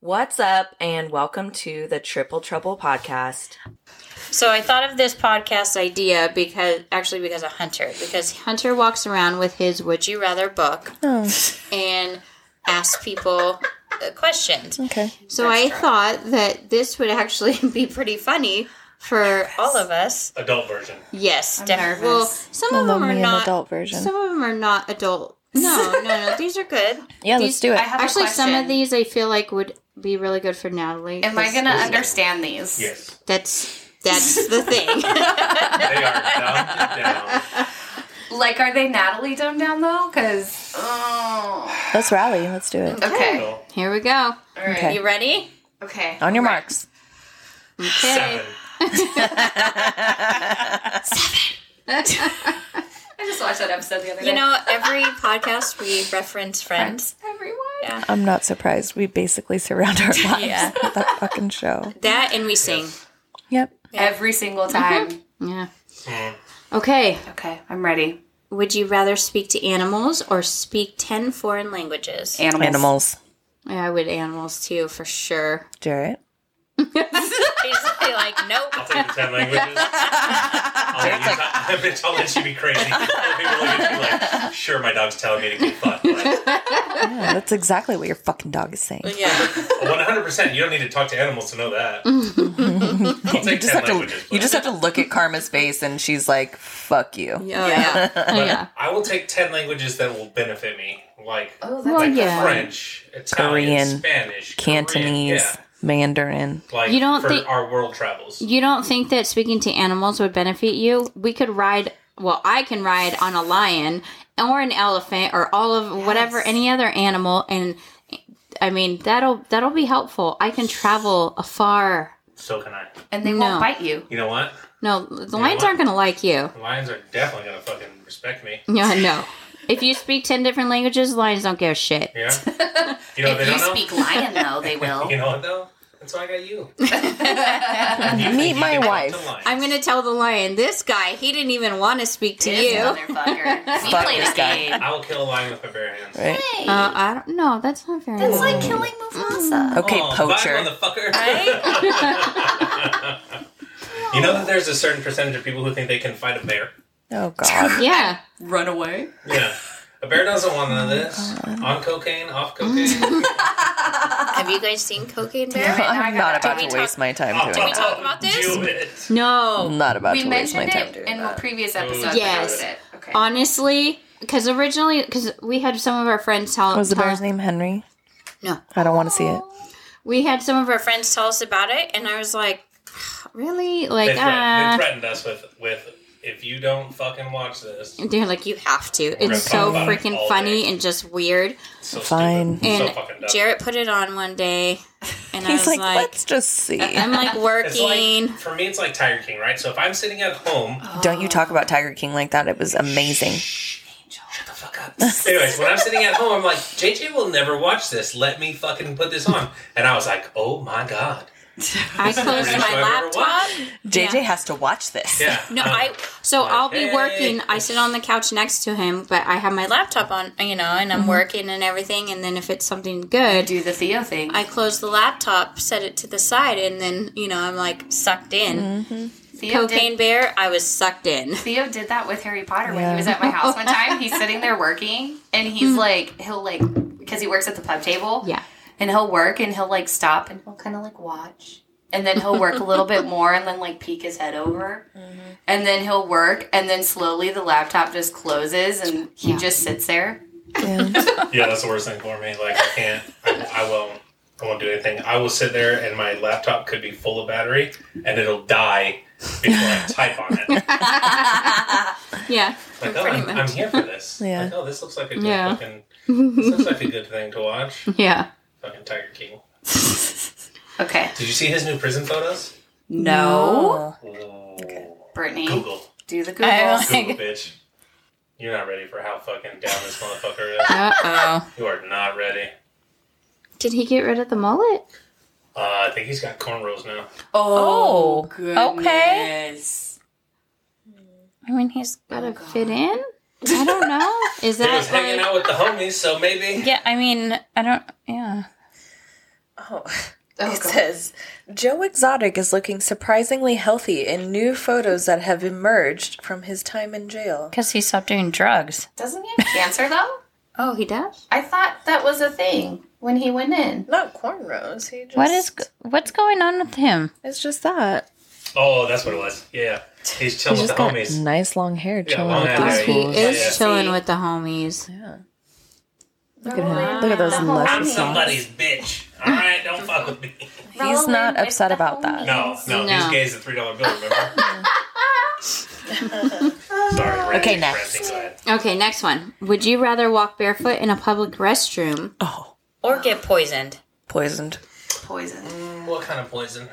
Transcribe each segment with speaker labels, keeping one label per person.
Speaker 1: What's up, and welcome to the Triple Trouble podcast.
Speaker 2: So I thought of this podcast idea because actually because of Hunter because Hunter walks around with his Would You Rather book
Speaker 3: Oh.
Speaker 2: and asks people uh, questions.
Speaker 3: Okay.
Speaker 2: So I thought that this would actually be pretty funny for all of us.
Speaker 4: adult version.
Speaker 2: Yes, definitely. Well, some of
Speaker 3: Love
Speaker 2: them are
Speaker 3: me an
Speaker 2: not
Speaker 3: adult version.
Speaker 2: Some of them are not adult. No, no, no. These are good.
Speaker 3: yeah,
Speaker 2: these,
Speaker 3: let's do it.
Speaker 5: I have a
Speaker 2: Actually, some of
Speaker 5: question.
Speaker 2: these I feel like would be really good for Natalie.
Speaker 5: Am I
Speaker 2: 'cause
Speaker 5: gonna understand these?
Speaker 4: Yes,
Speaker 2: That's that's the thing.
Speaker 4: they are dumbed down.
Speaker 5: Like, are they Natalie dumbed down though? Because oh,
Speaker 3: let's rally. Let's do it.
Speaker 5: okay,
Speaker 4: So,
Speaker 2: Here we go.
Speaker 5: all right,
Speaker 3: Okay.
Speaker 2: You ready?
Speaker 5: okay.
Speaker 3: On your marks.
Speaker 2: Okay.
Speaker 4: seven.
Speaker 5: I just watched that episode the other day.
Speaker 2: You know, every podcast we reference Friends.
Speaker 5: everyone.
Speaker 3: I'm not surprised. We basically surround our lives with that fucking show.
Speaker 2: That and we sing.
Speaker 3: Yep.
Speaker 5: Every single time.
Speaker 2: Yeah.
Speaker 4: Mm.
Speaker 2: Okay.
Speaker 5: Okay, I'm ready.
Speaker 2: Would you rather speak to animals or speak 10 foreign languages?
Speaker 5: Animals.
Speaker 3: Animals.
Speaker 2: Yeah, I would animals too, for sure.
Speaker 3: Jarrett.
Speaker 2: Basically, like, nope.
Speaker 4: I'll take the ten languages. I'll let you, I, bitch, I'll let you be crazy. People look at you like, sure, my dog's telling me to get fucked. Like,
Speaker 3: Yeah, that's exactly what your fucking dog is saying.
Speaker 2: Yeah. Oh,
Speaker 4: 100%. You don't need to talk to animals to know that. I'll take
Speaker 6: just
Speaker 4: 10
Speaker 6: have to
Speaker 4: languages.
Speaker 6: you
Speaker 4: but-
Speaker 6: just have to look at Karma's face and she's like, "Fuck you."
Speaker 2: Oh, yeah.
Speaker 4: but
Speaker 2: yeah.
Speaker 4: I will take 10 languages that will benefit me. Like,
Speaker 5: Oh, that's
Speaker 2: Well,
Speaker 4: like
Speaker 2: yeah.
Speaker 4: French, Italian,
Speaker 6: Korean,
Speaker 4: Spanish, Korean,
Speaker 6: Cantonese,
Speaker 4: yeah.
Speaker 6: Mandarin.
Speaker 4: Like,
Speaker 2: You don't
Speaker 4: for
Speaker 2: think-
Speaker 4: our world travels.
Speaker 2: You don't think that speaking to animals would benefit you? We could ride, well, I can ride on a lion or an elephant or all of whatever, any other animal. And I mean, that'll, that'll be helpful. I can travel afar.
Speaker 4: So can I.
Speaker 5: and they
Speaker 2: No.
Speaker 5: won't bite you.
Speaker 4: You know what?
Speaker 2: No, the lions
Speaker 4: what?
Speaker 2: aren't going to like you.
Speaker 4: Lions are definitely going to fucking respect me.
Speaker 2: Yeah, no. If you speak ten different languages, lions don't give a shit.
Speaker 4: Yeah. You know what they
Speaker 5: If you
Speaker 4: don't know?
Speaker 5: speak lion though, they will.
Speaker 4: You know what though? That's why I got you.
Speaker 6: Meet my wife.
Speaker 2: I'm gonna tell the lion, this guy, he didn't even want to speak to
Speaker 5: This
Speaker 2: you. Uh,
Speaker 5: motherfucker. We
Speaker 6: Fuck
Speaker 5: played
Speaker 6: this
Speaker 5: a
Speaker 6: guy.
Speaker 5: game.
Speaker 4: I will kill a lion with my bare hands.
Speaker 6: Right?
Speaker 2: Uh, I don't. No, that's not fair.
Speaker 5: It's
Speaker 4: Mm.
Speaker 5: like killing Mufasa.
Speaker 6: Okay,
Speaker 4: Aw,
Speaker 6: poacher.
Speaker 4: Bye, motherfucker. you know that there's a certain percentage of people who think they can fight a bear.
Speaker 6: Oh god.
Speaker 2: yeah,
Speaker 5: Run away.
Speaker 4: Yeah. A bear doesn't want
Speaker 2: Oh
Speaker 4: none of this. On cocaine, off cocaine.
Speaker 2: have you guys seen Cocaine Bear?
Speaker 6: I'm not about
Speaker 2: we
Speaker 6: to
Speaker 2: talk-
Speaker 6: waste my time
Speaker 4: Oh,
Speaker 6: doing that.
Speaker 2: talk about this?
Speaker 4: Do it.
Speaker 2: No,
Speaker 6: I'm not about
Speaker 5: We
Speaker 6: to waste my
Speaker 5: mentioned
Speaker 6: time
Speaker 5: it
Speaker 6: doing
Speaker 5: in a
Speaker 6: that.
Speaker 5: previous episode. but
Speaker 2: Yes.
Speaker 5: that was it. Okay.
Speaker 2: honestly, because originally, because we had some of our friends tell
Speaker 6: Was the
Speaker 2: tell-
Speaker 6: bear's name Henry?
Speaker 2: No.
Speaker 6: I don't want to see it.
Speaker 2: We had some of our friends tell us about it, and I was like, really?
Speaker 4: They,
Speaker 2: Like,
Speaker 4: threatened, they
Speaker 2: ah.
Speaker 4: threatened us with with if you don't fucking watch this.
Speaker 2: They're like, you have to.
Speaker 4: gonna
Speaker 2: It's so
Speaker 4: talk about it
Speaker 2: freaking
Speaker 4: all
Speaker 2: funny
Speaker 4: day.
Speaker 2: and just weird.
Speaker 4: So
Speaker 6: Fine.
Speaker 4: Stupid.
Speaker 2: And
Speaker 4: so fucking dumb.
Speaker 2: Jarrett put it on one day, and I
Speaker 6: He's
Speaker 2: was
Speaker 6: like,
Speaker 2: like, uh-uh.
Speaker 6: let's just see.
Speaker 2: I'm like
Speaker 4: It's
Speaker 2: working.
Speaker 4: like for me, it's like Tiger King, right? So if I'm sitting at home,
Speaker 2: Oh,
Speaker 6: Don't you talk about Tiger King like that? It was amazing.
Speaker 4: Anyways, when I'm sitting at home, I'm like, JJ will never watch this. Let me fucking put this on. And I was like, oh my god.
Speaker 2: I closed
Speaker 4: Pretty
Speaker 2: my
Speaker 4: sure I remember
Speaker 2: laptop.
Speaker 6: JJ has to watch this.
Speaker 4: Yeah.
Speaker 2: No,
Speaker 4: Um,
Speaker 2: I. So I'll be
Speaker 4: hey.
Speaker 2: working. I sit on the couch next to him, but I have my laptop on, you know, and I'm
Speaker 4: Mm-hmm.
Speaker 2: working and everything. And then if it's something good,
Speaker 5: Do the Theo thing.
Speaker 2: I close the laptop, set it to the side, and then you know I'm like sucked in.
Speaker 4: Mm-hmm.
Speaker 5: Theo did
Speaker 2: Cocaine Bear, I was sucked in.
Speaker 5: Theo did that with Harry Potter when he was at my house one time. He's sitting there working, and
Speaker 3: Hmm.
Speaker 5: he's like, he'll like, because he works at the pub table.
Speaker 2: Yeah.
Speaker 5: And he'll work, and he'll like stop, and he'll kind of like watch, and then he'll work a little bit more, and then like peek his head over,
Speaker 3: Mm-hmm.
Speaker 5: and then he'll work, and then slowly the laptop just closes, and he just sits there.
Speaker 4: Yeah, that's the worst thing for me. Like I can't. I, I won't. I won't do anything. I will sit there, and my laptop could be full of battery, and it'll die before I type on it. Like,
Speaker 2: Yeah,
Speaker 4: oh, I'm, I'm here for this.
Speaker 6: Yeah.
Speaker 4: Like, oh, this looks like a good
Speaker 2: Yeah.
Speaker 4: fucking. This looks like a good thing to watch.
Speaker 2: yeah.
Speaker 4: Fucking Tiger King.
Speaker 5: Okay.
Speaker 4: Did you see his new prison photos?
Speaker 5: No.
Speaker 4: Oh.
Speaker 5: Brittany,
Speaker 4: Google.
Speaker 5: do the Google.
Speaker 4: Google, bitch. You're not ready for how fucking down this motherfucker is.
Speaker 2: Uh oh.
Speaker 4: You are not ready.
Speaker 2: Did he get rid of the mullet?
Speaker 4: Uh, I think he's got cornrows now.
Speaker 6: Oh,
Speaker 5: okay.
Speaker 2: I mean, he's gotta fit in. I don't know. Is
Speaker 4: He was
Speaker 2: that
Speaker 4: hanging
Speaker 2: like?
Speaker 4: out with the homies, so maybe.
Speaker 2: Yeah, I mean, I don't. Yeah.
Speaker 6: Oh.
Speaker 5: Oh,
Speaker 7: it
Speaker 5: God.
Speaker 7: says Joe Exotic is looking surprisingly healthy in new photos that have emerged from his time in jail.
Speaker 8: Because he stopped doing drugs.
Speaker 5: Doesn't he have cancer though?
Speaker 2: Oh, he does.
Speaker 5: I thought that was a thing when he went in.
Speaker 7: Not cornrows. He just
Speaker 8: What is g- what's going on with him?
Speaker 3: It's just that.
Speaker 4: Oh, that's what it was. Yeah, he's chilling
Speaker 3: He's
Speaker 4: with the
Speaker 3: just got
Speaker 4: homies.
Speaker 3: nice long hair chilling
Speaker 4: long
Speaker 3: with
Speaker 4: hair.
Speaker 3: these
Speaker 4: Right.
Speaker 2: He
Speaker 3: fools.
Speaker 4: Yeah,
Speaker 2: is
Speaker 4: yeah.
Speaker 2: chilling with the homies.
Speaker 3: Look at him. Look at those
Speaker 5: Wow.
Speaker 4: I'm
Speaker 3: luscious locks.
Speaker 4: somebody's bitch. All right, don't fuck with me.
Speaker 3: He's not upset about that.
Speaker 4: No, no,
Speaker 2: No.
Speaker 4: he's gays at three dollar bill. Remember? Sorry. Randy,
Speaker 6: Okay,
Speaker 4: ranting,
Speaker 6: next.
Speaker 4: go ahead.
Speaker 2: Okay, next one. Would you rather walk barefoot in a public restroom?
Speaker 4: Oh.
Speaker 8: Or get poisoned.
Speaker 7: poisoned.
Speaker 5: Poison.
Speaker 4: What kind of poison?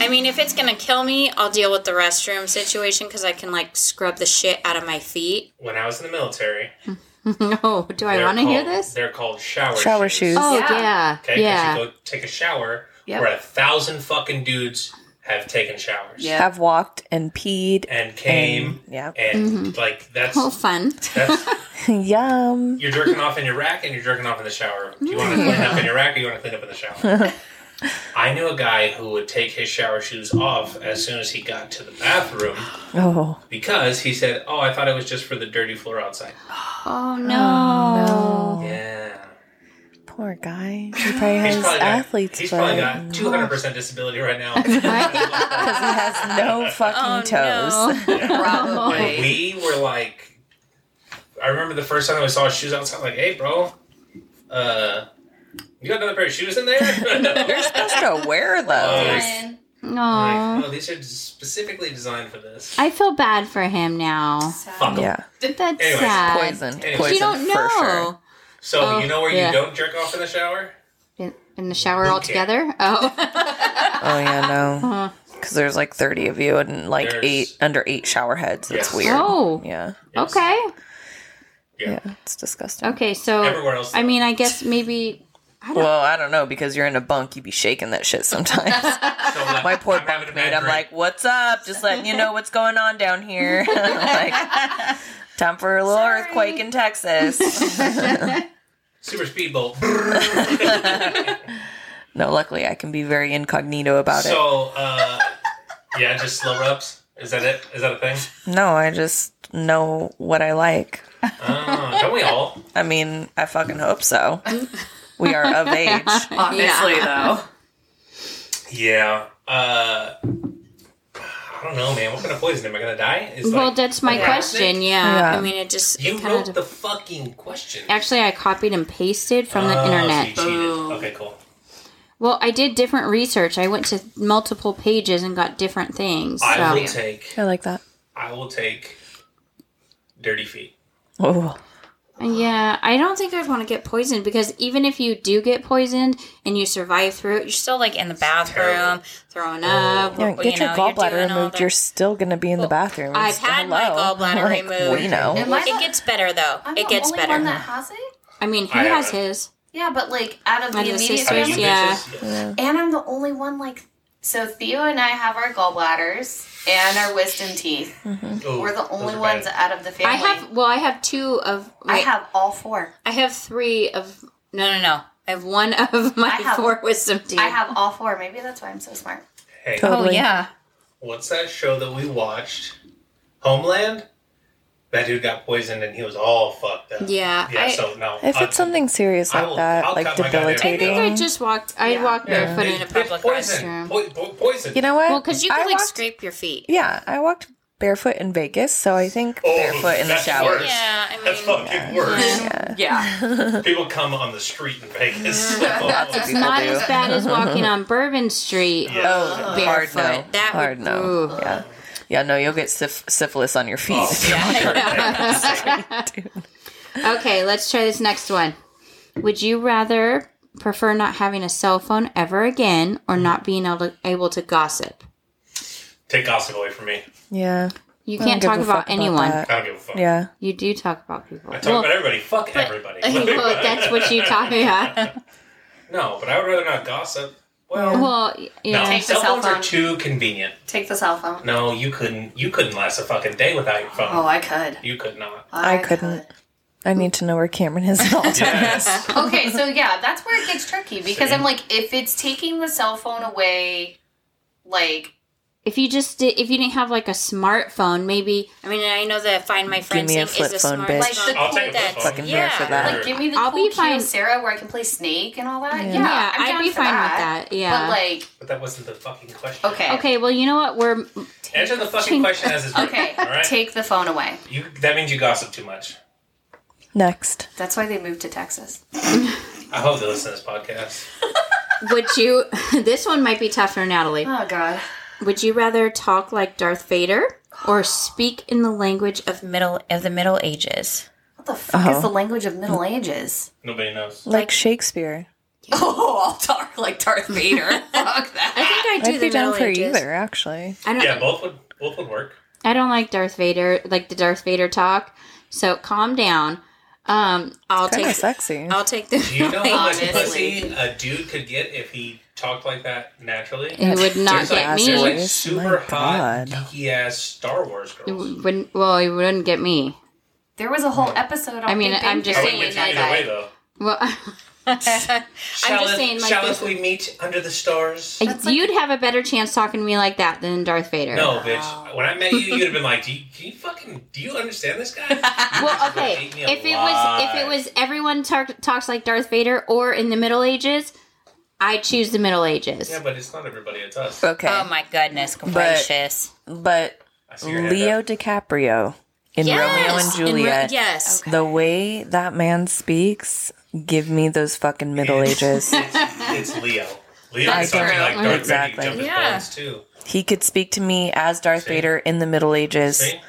Speaker 8: I mean, if it's gonna kill me, I'll deal with the restroom situation because I can like scrub the shit out of my feet.
Speaker 4: When I was in the military,
Speaker 2: no. Do I
Speaker 4: they're
Speaker 2: want to hear
Speaker 4: called-
Speaker 2: this?
Speaker 4: They're called shower
Speaker 3: Shower shoes.
Speaker 2: Oh
Speaker 5: Yeah.
Speaker 2: yeah,
Speaker 4: Okay, 'cause
Speaker 2: yeah.
Speaker 4: you go take a shower
Speaker 5: Yep.
Speaker 4: where a thousand fucking dudes have taken showers
Speaker 5: Yeah.
Speaker 3: Have walked and peed.
Speaker 4: and came
Speaker 3: Yeah.
Speaker 4: and like that's
Speaker 2: Oh, fun.
Speaker 4: that's
Speaker 3: Yum.
Speaker 4: you're jerking off in your rack and you're jerking off in the shower. Do you want
Speaker 2: Mm-hmm.
Speaker 4: to clean up in your rack or you want to clean up in the shower? I knew a guy who would take his shower shoes off as soon as he got to the bathroom
Speaker 3: Oh.
Speaker 4: because he said, "Oh, I thought it was just for the dirty floor outside."
Speaker 2: Oh no.
Speaker 4: Yeah,
Speaker 3: Poor guy. He probably
Speaker 4: he's
Speaker 3: has
Speaker 4: probably got,
Speaker 3: athletes.
Speaker 4: he's probably
Speaker 3: but-
Speaker 4: got 200 percent disability right now.
Speaker 3: He has no fucking
Speaker 2: Oh,
Speaker 3: toes.
Speaker 5: Probably.
Speaker 4: we were like, I remember the first time I saw his shoes outside. Like, hey, bro, uh, you got another pair of shoes in there?
Speaker 6: You're supposed to wear those.
Speaker 4: Like,
Speaker 2: No.
Speaker 4: like, no, these are specifically designed for this.
Speaker 2: I feel bad for him now.
Speaker 4: Fuck 'em.
Speaker 3: Yeah.
Speaker 2: That's
Speaker 4: Anyways,
Speaker 2: sad.
Speaker 6: Poisoned.
Speaker 4: Anyways.
Speaker 6: Poisoned
Speaker 2: You don't
Speaker 6: for
Speaker 2: know.
Speaker 6: sure.
Speaker 4: So
Speaker 2: Oh,
Speaker 4: you know where
Speaker 2: yeah.
Speaker 4: you don't jerk off in the shower?
Speaker 2: In, in the shower altogether? Oh.
Speaker 6: Oh yeah,
Speaker 2: Uh-huh.
Speaker 6: no. Because there's like 30 of you and like
Speaker 4: There's-
Speaker 6: eight under eight shower heads. It's
Speaker 4: Yes.
Speaker 6: weird.
Speaker 2: oh.
Speaker 6: Yeah,
Speaker 4: Yes.
Speaker 2: Okay.
Speaker 4: Yeah.
Speaker 6: yeah, it's disgusting.
Speaker 2: Okay, so
Speaker 4: Everywhere else,
Speaker 2: I mean, I guess maybe
Speaker 6: Well, I don't know because you're in a bunk, you be shaking that shit sometimes.
Speaker 4: So, like,
Speaker 6: My poor
Speaker 4: I'm having a
Speaker 6: bunk
Speaker 4: bad
Speaker 6: mate, I'm
Speaker 4: dream.
Speaker 6: like, "What's up? Just letting you know what's going on down here." like, time for a little earthquake in Texas.
Speaker 4: super speedboat.
Speaker 6: no, luckily I can be very incognito about it.
Speaker 4: so uh, yeah, just slow rubs. Is that it? Is that a thing?
Speaker 6: No, I just know what I like.
Speaker 4: Oh, don't we all?
Speaker 6: I mean, I fucking hope so. we are of age.
Speaker 5: Obviously, though.
Speaker 4: Yeah. Uh, I don't know, man. What kind of poison am I gonna die? Is
Speaker 2: well,
Speaker 4: like,
Speaker 2: that's my
Speaker 4: Yeah.
Speaker 2: question. Yeah.
Speaker 3: Yeah.
Speaker 8: I mean, it just
Speaker 4: you
Speaker 8: it kind
Speaker 4: wrote
Speaker 8: of
Speaker 4: the fucking question.
Speaker 2: Actually, I copied and pasted from the
Speaker 4: Oh, so you
Speaker 2: internet.
Speaker 4: cheated. Okay, cool.
Speaker 2: Well, I did different research. I went to multiple pages and got different things. So
Speaker 4: I will take.
Speaker 3: I like that.
Speaker 4: I will take. Dirty feet.
Speaker 6: Oh,
Speaker 2: yeah, I don't think I'd want to get poisoned because even if you do get poisoned and you survive through it, you're
Speaker 8: you're
Speaker 2: still
Speaker 8: still like in the bathroom, throwing up.
Speaker 3: Yeah,
Speaker 8: you
Speaker 3: get your
Speaker 8: know, you're
Speaker 3: gallbladder
Speaker 8: doing all
Speaker 3: removed.
Speaker 8: the-
Speaker 3: You're still going to be in the bathroom.
Speaker 8: I've
Speaker 3: It's-
Speaker 8: had my
Speaker 3: hello.
Speaker 8: gallbladder
Speaker 6: Like,
Speaker 8: removed.
Speaker 6: we know.
Speaker 5: Am I
Speaker 8: It
Speaker 5: the-
Speaker 8: gets better though.
Speaker 5: I'm
Speaker 8: it
Speaker 5: the
Speaker 8: gets
Speaker 5: only
Speaker 8: better.
Speaker 5: one that has it?
Speaker 2: I mean, he
Speaker 4: I
Speaker 2: has
Speaker 4: haven't.
Speaker 2: his.
Speaker 5: Yeah, but like out of
Speaker 2: Out
Speaker 5: the
Speaker 2: of the
Speaker 5: immediate
Speaker 2: sisters,
Speaker 5: family,
Speaker 2: yeah.
Speaker 4: bitches?
Speaker 5: and I'm the only one like. So Theo and I have our gallbladders and our wisdom teeth.
Speaker 4: Ooh,
Speaker 5: We're the
Speaker 4: those
Speaker 5: only
Speaker 4: are
Speaker 5: ones
Speaker 4: bad.
Speaker 5: out of the family.
Speaker 2: I have well, I have two of.
Speaker 5: I
Speaker 2: wait,
Speaker 5: have all four.
Speaker 2: I have three of.
Speaker 8: No, no, no.
Speaker 2: I have one of my
Speaker 5: I have-
Speaker 2: four wisdom teeth.
Speaker 5: I have all four. Maybe that's why I'm so smart.
Speaker 4: Hey,
Speaker 8: Oh
Speaker 3: Totally.
Speaker 8: yeah.
Speaker 4: what's that show that we watched? Homeland. That dude got poisoned and he was all fucked up.
Speaker 2: Yeah,
Speaker 4: Yeah.
Speaker 2: I-
Speaker 4: so no.
Speaker 3: If
Speaker 4: I'll-
Speaker 3: it's something serious like
Speaker 4: I'll-
Speaker 3: that,
Speaker 4: I'll
Speaker 3: like
Speaker 4: cut my goddamn
Speaker 2: I think I
Speaker 3: debilitating.
Speaker 2: just walked. I walked
Speaker 4: Yeah,
Speaker 2: barefoot
Speaker 4: they-
Speaker 2: in a
Speaker 4: they
Speaker 2: public restroom.
Speaker 4: poison. Po- po- poison.
Speaker 3: You know what?
Speaker 2: Well,
Speaker 8: 'Cause you
Speaker 3: I
Speaker 8: can like
Speaker 3: walked-
Speaker 8: scrape your feet.
Speaker 3: Yeah, I walked barefoot in Vegas, so I think
Speaker 4: Oh,
Speaker 6: barefoot in the
Speaker 4: that's
Speaker 6: shower.
Speaker 4: worse.
Speaker 8: Yeah, I mean,
Speaker 4: That's fucking worse.
Speaker 5: Yeah.
Speaker 4: People come on the street in Vegas. Oh,
Speaker 2: It's not as bad as walking on Bourbon Street.
Speaker 6: Oh, hard no.
Speaker 2: Barefoot.
Speaker 8: That
Speaker 6: hard no.
Speaker 2: Ooh.
Speaker 6: Yeah. Yeah, no, you'll get syph- syphilis on your feet.
Speaker 4: Oh, yeah.
Speaker 2: Okay, let's try this next one. Would you rather prefer not having a cell phone ever again, or not being able to, able to gossip?
Speaker 4: Take gossip away from me.
Speaker 3: yeah.
Speaker 2: You
Speaker 3: I don't
Speaker 2: can't
Speaker 3: give
Speaker 2: talk
Speaker 3: a
Speaker 2: about
Speaker 3: fuck
Speaker 2: anyone.
Speaker 3: that.
Speaker 4: I don't give a fuck.
Speaker 3: Yeah.
Speaker 2: You do talk about people.
Speaker 4: I talk
Speaker 2: well,
Speaker 4: about everybody. Fuck everybody.
Speaker 2: well, that's what you talk about.
Speaker 4: no, but I would rather not gossip. Well,
Speaker 2: Well,
Speaker 4: no,
Speaker 2: yeah.
Speaker 4: cell
Speaker 5: the cell
Speaker 4: phones
Speaker 5: phone.
Speaker 4: are too convenient.
Speaker 5: Take the cell phone.
Speaker 4: No, you couldn't. You couldn't last a fucking day without your phone.
Speaker 5: Oh, I could.
Speaker 4: you could not.
Speaker 3: I couldn't. I need to know where Cameron is at all times.
Speaker 4: Yes.
Speaker 5: okay, so yeah, that's where it gets tricky because I'm like, if it's taking the cell phone away, like
Speaker 2: If you just did, if you didn't have like a smartphone, maybe
Speaker 8: I mean, I know the find my friends
Speaker 3: me a
Speaker 8: thing is
Speaker 3: flip
Speaker 8: the
Speaker 3: phone,
Speaker 8: smart
Speaker 3: bitch.
Speaker 8: phone.
Speaker 5: Like the
Speaker 4: I'll take a flip
Speaker 8: that-
Speaker 4: phone.
Speaker 3: Fucking
Speaker 8: yeah,
Speaker 3: for that.
Speaker 5: like give me the
Speaker 2: I'll
Speaker 5: cool
Speaker 2: be fine-
Speaker 5: cute Sarah where I can play Snake and all that. Yeah,
Speaker 2: yeah,
Speaker 5: I'm
Speaker 2: I'd
Speaker 5: down
Speaker 2: be
Speaker 5: for
Speaker 2: fine
Speaker 5: that.
Speaker 2: with that. Yeah.
Speaker 5: But like,
Speaker 4: But that wasn't the fucking question.
Speaker 5: okay, okay,
Speaker 2: okay, well, you know what? We're
Speaker 4: Answer the fucking question as it's written.
Speaker 5: okay,
Speaker 4: All right.
Speaker 5: take the phone away.
Speaker 4: you, that means you gossip too much.
Speaker 3: Next.
Speaker 5: That's why they moved to Texas.
Speaker 4: I hope they listen to this podcast.
Speaker 2: would you? this one might be tough for Natalie.
Speaker 5: Oh God,
Speaker 2: Would you rather talk like Darth Vader or speak in the language of
Speaker 8: middle of the Middle Ages.
Speaker 5: what the fuck
Speaker 2: Uh-huh.
Speaker 5: is the language of Middle Ages?
Speaker 4: Nobody knows.
Speaker 3: Like Shakespeare.
Speaker 5: Oh, I'll talk like Darth Vader. fuck
Speaker 8: I
Speaker 5: that.
Speaker 8: think I do
Speaker 3: I'd be
Speaker 8: the
Speaker 3: down
Speaker 8: Middle
Speaker 3: for
Speaker 8: Ages.
Speaker 3: either, actually.
Speaker 2: I don't
Speaker 4: Yeah, both would both would work.
Speaker 2: I don't like Darth Vader, like the Darth Vader talk. So calm down. Um, I'll
Speaker 3: Kind of
Speaker 2: take Oh,
Speaker 3: sexy.
Speaker 8: I'll take the
Speaker 4: Do you know how much
Speaker 5: Honestly.
Speaker 4: pussy a dude could get if he talked like that naturally?
Speaker 2: it would not
Speaker 4: There's
Speaker 2: get
Speaker 4: like, there's like
Speaker 2: me.
Speaker 3: My
Speaker 4: super hot,
Speaker 3: God.
Speaker 4: geeky ass Star Wars
Speaker 2: It
Speaker 4: girls.
Speaker 2: wouldn't well, it wouldn't get me.
Speaker 5: There was a whole episode. On
Speaker 2: I mean,
Speaker 5: Big Bang
Speaker 2: I'm just
Speaker 4: I
Speaker 5: Theory
Speaker 4: went
Speaker 2: saying
Speaker 4: with
Speaker 5: and
Speaker 4: you
Speaker 5: that
Speaker 4: either way,
Speaker 5: guy-
Speaker 4: though.
Speaker 2: Well,
Speaker 4: Shall
Speaker 2: just saying, like,
Speaker 4: shall
Speaker 2: there's-
Speaker 4: we meet under the stars?
Speaker 2: you'd have a better chance talking to me like that than Darth Vader.
Speaker 4: No, bitch. When I met you, you'd have been like, do you, can you fucking, do you understand this guy?
Speaker 2: Well,
Speaker 4: You
Speaker 2: okay.
Speaker 4: hate me a
Speaker 2: If it was,
Speaker 4: lot.
Speaker 2: if it was, everyone tar- talks like Darth Vader, or in the Middle Ages, I choose the Middle Ages.
Speaker 4: Yeah, but it's not everybody, it's us.
Speaker 3: Okay.
Speaker 8: Oh my goodness gracious!
Speaker 3: but
Speaker 4: I see your hand
Speaker 3: Leo
Speaker 4: up.
Speaker 3: DiCaprio in Romeo and
Speaker 8: In re-
Speaker 3: Juliet.
Speaker 8: yes.
Speaker 3: The way that man speaks, give me those fucking Middle Ages.
Speaker 4: It's, it's Leo. Leo
Speaker 3: That's
Speaker 4: is something
Speaker 3: true.
Speaker 4: like Darth
Speaker 3: Exactly.
Speaker 4: Vader. You jump
Speaker 8: Yeah.
Speaker 4: his bones, too.
Speaker 3: he could speak to me as Darth Vader in the Middle Ages,
Speaker 4: See?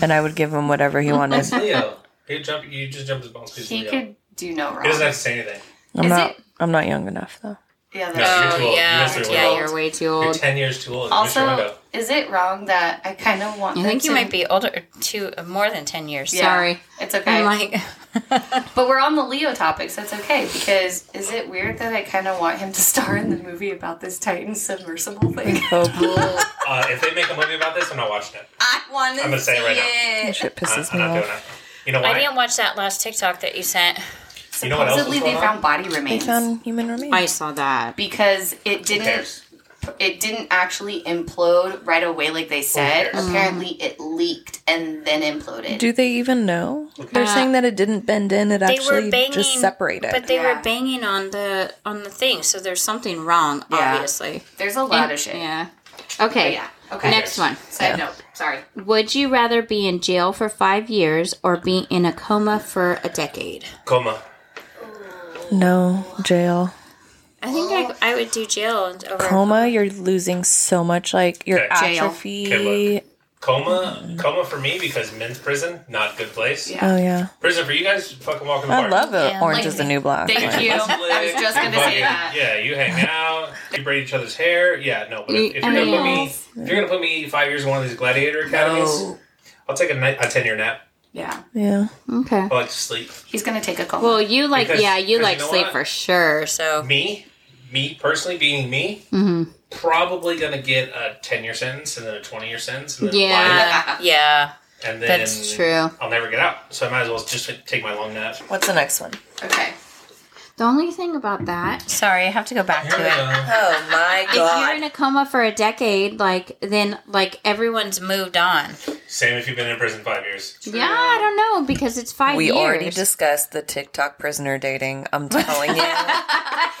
Speaker 3: and I would give him whatever he wanted.
Speaker 4: It's Leo. He jump, you just jumped his bones. He's
Speaker 5: He
Speaker 4: Leo.
Speaker 5: could do no wrong.
Speaker 4: He doesn't have to say anything.
Speaker 3: I'm
Speaker 5: Is
Speaker 3: not.
Speaker 5: it-
Speaker 3: I'm not young enough though.
Speaker 5: Oh, yeah,
Speaker 4: No,
Speaker 5: that's
Speaker 4: you're too old.
Speaker 8: yeah.
Speaker 4: You missed your
Speaker 2: Yeah,
Speaker 4: window.
Speaker 2: you're way too
Speaker 4: You're
Speaker 2: old.
Speaker 4: 10 years too old. You missed your window.
Speaker 5: Also, is it wrong that I kind of want?
Speaker 2: I
Speaker 5: them
Speaker 2: think you
Speaker 5: to-
Speaker 8: Might be older, two more than ten years.
Speaker 5: Yeah,
Speaker 2: Sorry.
Speaker 5: it's okay.
Speaker 2: I'm like,
Speaker 5: but we're on the Leo topic, so it's okay. Because is it weird that I kind of want him to star in the movie about this Titan submersible thing?
Speaker 3: Oh,
Speaker 4: Uh, if they make a movie about this, I'm not watching it.
Speaker 5: I want
Speaker 4: I'm gonna say it right now.
Speaker 3: that shit
Speaker 4: I,
Speaker 3: pisses
Speaker 4: I'm
Speaker 3: me
Speaker 4: not doing
Speaker 3: off.
Speaker 4: it. You know
Speaker 8: I
Speaker 4: why?
Speaker 8: didn't watch that last TikTok that you sent.
Speaker 4: You know what else
Speaker 5: Supposedly,
Speaker 4: was
Speaker 5: they
Speaker 4: going
Speaker 5: found
Speaker 4: on?
Speaker 5: body remains
Speaker 3: Found human remains.
Speaker 2: I saw that.
Speaker 5: because it
Speaker 4: Who
Speaker 5: didn't.
Speaker 4: cares?
Speaker 5: It didn't actually implode right away, like they said.
Speaker 4: cares?
Speaker 5: Apparently, it leaked and then imploded.
Speaker 3: Do they even know? They're saying that it didn't bend in; it actually just separated.
Speaker 8: but they
Speaker 5: Yeah.
Speaker 8: were banging on the on the thing. So there's something wrong,
Speaker 5: Yeah.
Speaker 8: obviously.
Speaker 5: There's a lot of shit.
Speaker 2: Yeah. Okay.
Speaker 5: Yeah. Okay.
Speaker 2: Next one.
Speaker 5: Side note. Sorry.
Speaker 2: Would you rather be in jail for five years or be in a coma for a decade?
Speaker 4: Coma.
Speaker 3: no jail
Speaker 8: I think I, I would do jail and over.
Speaker 3: coma. You're losing so much, like your
Speaker 4: Okay.
Speaker 2: Jail.
Speaker 3: atrophy.
Speaker 4: Okay, Coma. Coma for me because men's prison, not a good place.
Speaker 5: Yeah.
Speaker 3: Oh yeah,
Speaker 4: Prison for you guys, fucking walk in the
Speaker 3: I
Speaker 4: park.
Speaker 3: love it. Orange
Speaker 5: Like,
Speaker 3: is the new black.
Speaker 5: Thank
Speaker 3: Like,
Speaker 5: you. I was just gonna say
Speaker 4: Fucking-
Speaker 5: that.
Speaker 4: Yeah, you hang out, you braid each other's hair. Yeah, no. But if, if you're gonna put me, if you're gonna put me five years in one of these gladiator academies, I'll take a, ni- a ten year nap.
Speaker 5: Yeah.
Speaker 3: Yeah.
Speaker 2: Okay.
Speaker 4: I like to sleep.
Speaker 5: He's gonna take a call.
Speaker 2: Well, you like
Speaker 4: Because-
Speaker 2: yeah, you
Speaker 4: because
Speaker 2: like
Speaker 4: you know
Speaker 2: sleep
Speaker 4: what?
Speaker 2: for sure. So
Speaker 4: Me, me personally, being me,
Speaker 2: Mm-hmm.
Speaker 4: probably gonna get a ten year sentence and then a twenty year sentence. And then life,
Speaker 2: yeah,
Speaker 8: Yeah.
Speaker 4: and then
Speaker 8: that's
Speaker 2: true.
Speaker 4: I'll never get out, so I might as well just take my long nap.
Speaker 6: What's the next one?
Speaker 5: okay.
Speaker 2: The only thing about that,
Speaker 8: Sorry, I have to go back
Speaker 4: Here we
Speaker 8: to it.
Speaker 4: go.
Speaker 6: Oh my
Speaker 2: if you're in a coma for a decade, like then like
Speaker 8: Everyone's moved on.
Speaker 4: Same if you've been in prison five years.
Speaker 2: yeah, I don't know because it's five
Speaker 6: We
Speaker 2: years.
Speaker 6: already discussed the TikTok prisoner dating. I'm telling you,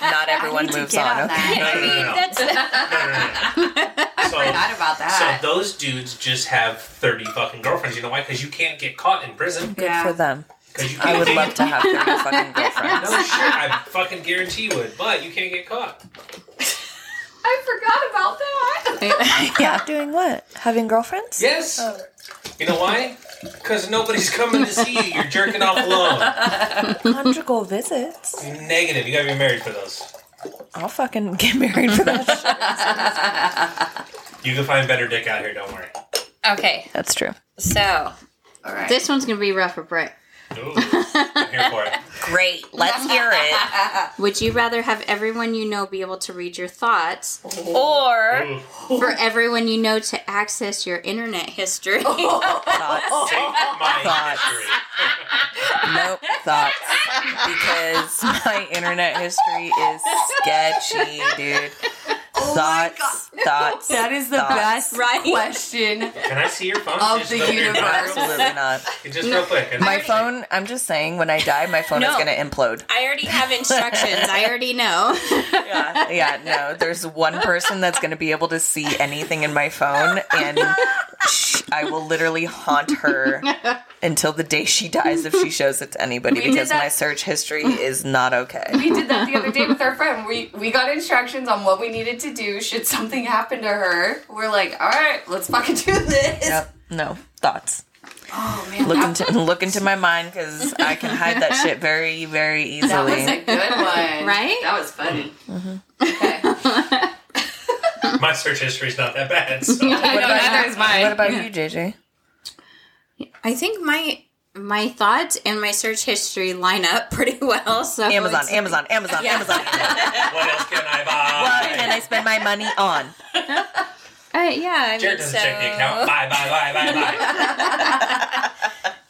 Speaker 6: not everyone moves
Speaker 5: Get
Speaker 6: on.
Speaker 5: on
Speaker 6: Okay.
Speaker 5: that.
Speaker 4: No, no, no, no, no. No, no, no, no. So-
Speaker 5: Forgot about
Speaker 4: So
Speaker 5: that.
Speaker 4: those dudes just have thirty fucking girlfriends. You know why? Because you can't get caught in prison.
Speaker 5: Good yeah.
Speaker 6: For them,
Speaker 4: Because you can't
Speaker 6: I would
Speaker 4: get-
Speaker 6: love to have 30 fucking
Speaker 4: No
Speaker 6: girlfriends.
Speaker 4: shit, I fucking guarantee you would, but you can't get caught.
Speaker 5: I forgot about that.
Speaker 3: Yeah. Doing what? Having girlfriends?
Speaker 4: Yes. You know why? Because nobody's coming to see you. You're jerking off alone.
Speaker 3: Conjugal visits.
Speaker 4: Negative. You gotta be married for those.
Speaker 3: I'll fucking get married for that. shit.
Speaker 4: You can find better dick out here. Don't worry.
Speaker 8: Okay,
Speaker 3: That's true.
Speaker 8: so
Speaker 5: All right.
Speaker 2: This one's gonna be rough for Brett.
Speaker 4: Ooh, I'm here for it.
Speaker 6: Great, let's hear it.
Speaker 2: Would you rather have everyone you know be able to read your thoughts,
Speaker 8: Oh.
Speaker 6: Or
Speaker 4: Ooh.
Speaker 2: for everyone you know to
Speaker 8: Oh.
Speaker 2: access your internet history?
Speaker 4: Take my
Speaker 6: Thoughts.
Speaker 4: history.
Speaker 6: Nope, thoughts. Because my internet history is sketchy, dude.
Speaker 5: Oh
Speaker 6: thoughts, thoughts.
Speaker 5: That is the
Speaker 6: thoughts.
Speaker 5: best question.
Speaker 4: Can I see your phone?
Speaker 5: Of
Speaker 4: Just
Speaker 5: the
Speaker 4: real quick.
Speaker 5: universe.
Speaker 6: Absolutely not.
Speaker 4: Just real quick.
Speaker 6: My phone, I'm just saying, when I die, my phone is
Speaker 8: No.
Speaker 6: going to implode.
Speaker 8: I already have instructions. I already know.
Speaker 6: Yeah. yeah, no, there's one person that's going to be able to see anything in my phone, and sh- I will literally haunt her until the day she dies if she shows it to anybody
Speaker 5: We did
Speaker 6: because
Speaker 5: that-
Speaker 6: my search history is not okay.
Speaker 5: We did that the other day with our friend. We we got instructions on what we needed to do should something happen to her. We're like, all right, let's fucking do this.
Speaker 6: Yep. No thoughts.
Speaker 5: Oh man,
Speaker 6: Look
Speaker 5: that,
Speaker 6: into look into my mind because I can hide that shit very very
Speaker 5: that was
Speaker 6: easily.
Speaker 5: a good one,
Speaker 2: Right?
Speaker 5: That was funny. Okay.
Speaker 4: My search history's not that bad. So.
Speaker 5: I know, neither is mine.
Speaker 6: What about you, JJ?
Speaker 8: I think my my thoughts and my search history line up pretty well. So
Speaker 6: Amazon,
Speaker 8: it's-
Speaker 6: Amazon, Amazon, Amazon.
Speaker 4: what else can I
Speaker 6: What
Speaker 4: buy?
Speaker 6: can I spend my money on?
Speaker 2: Uh, yeah, I mean,
Speaker 4: Jared doesn't check the account. Bye, bye, bye, bye, bye.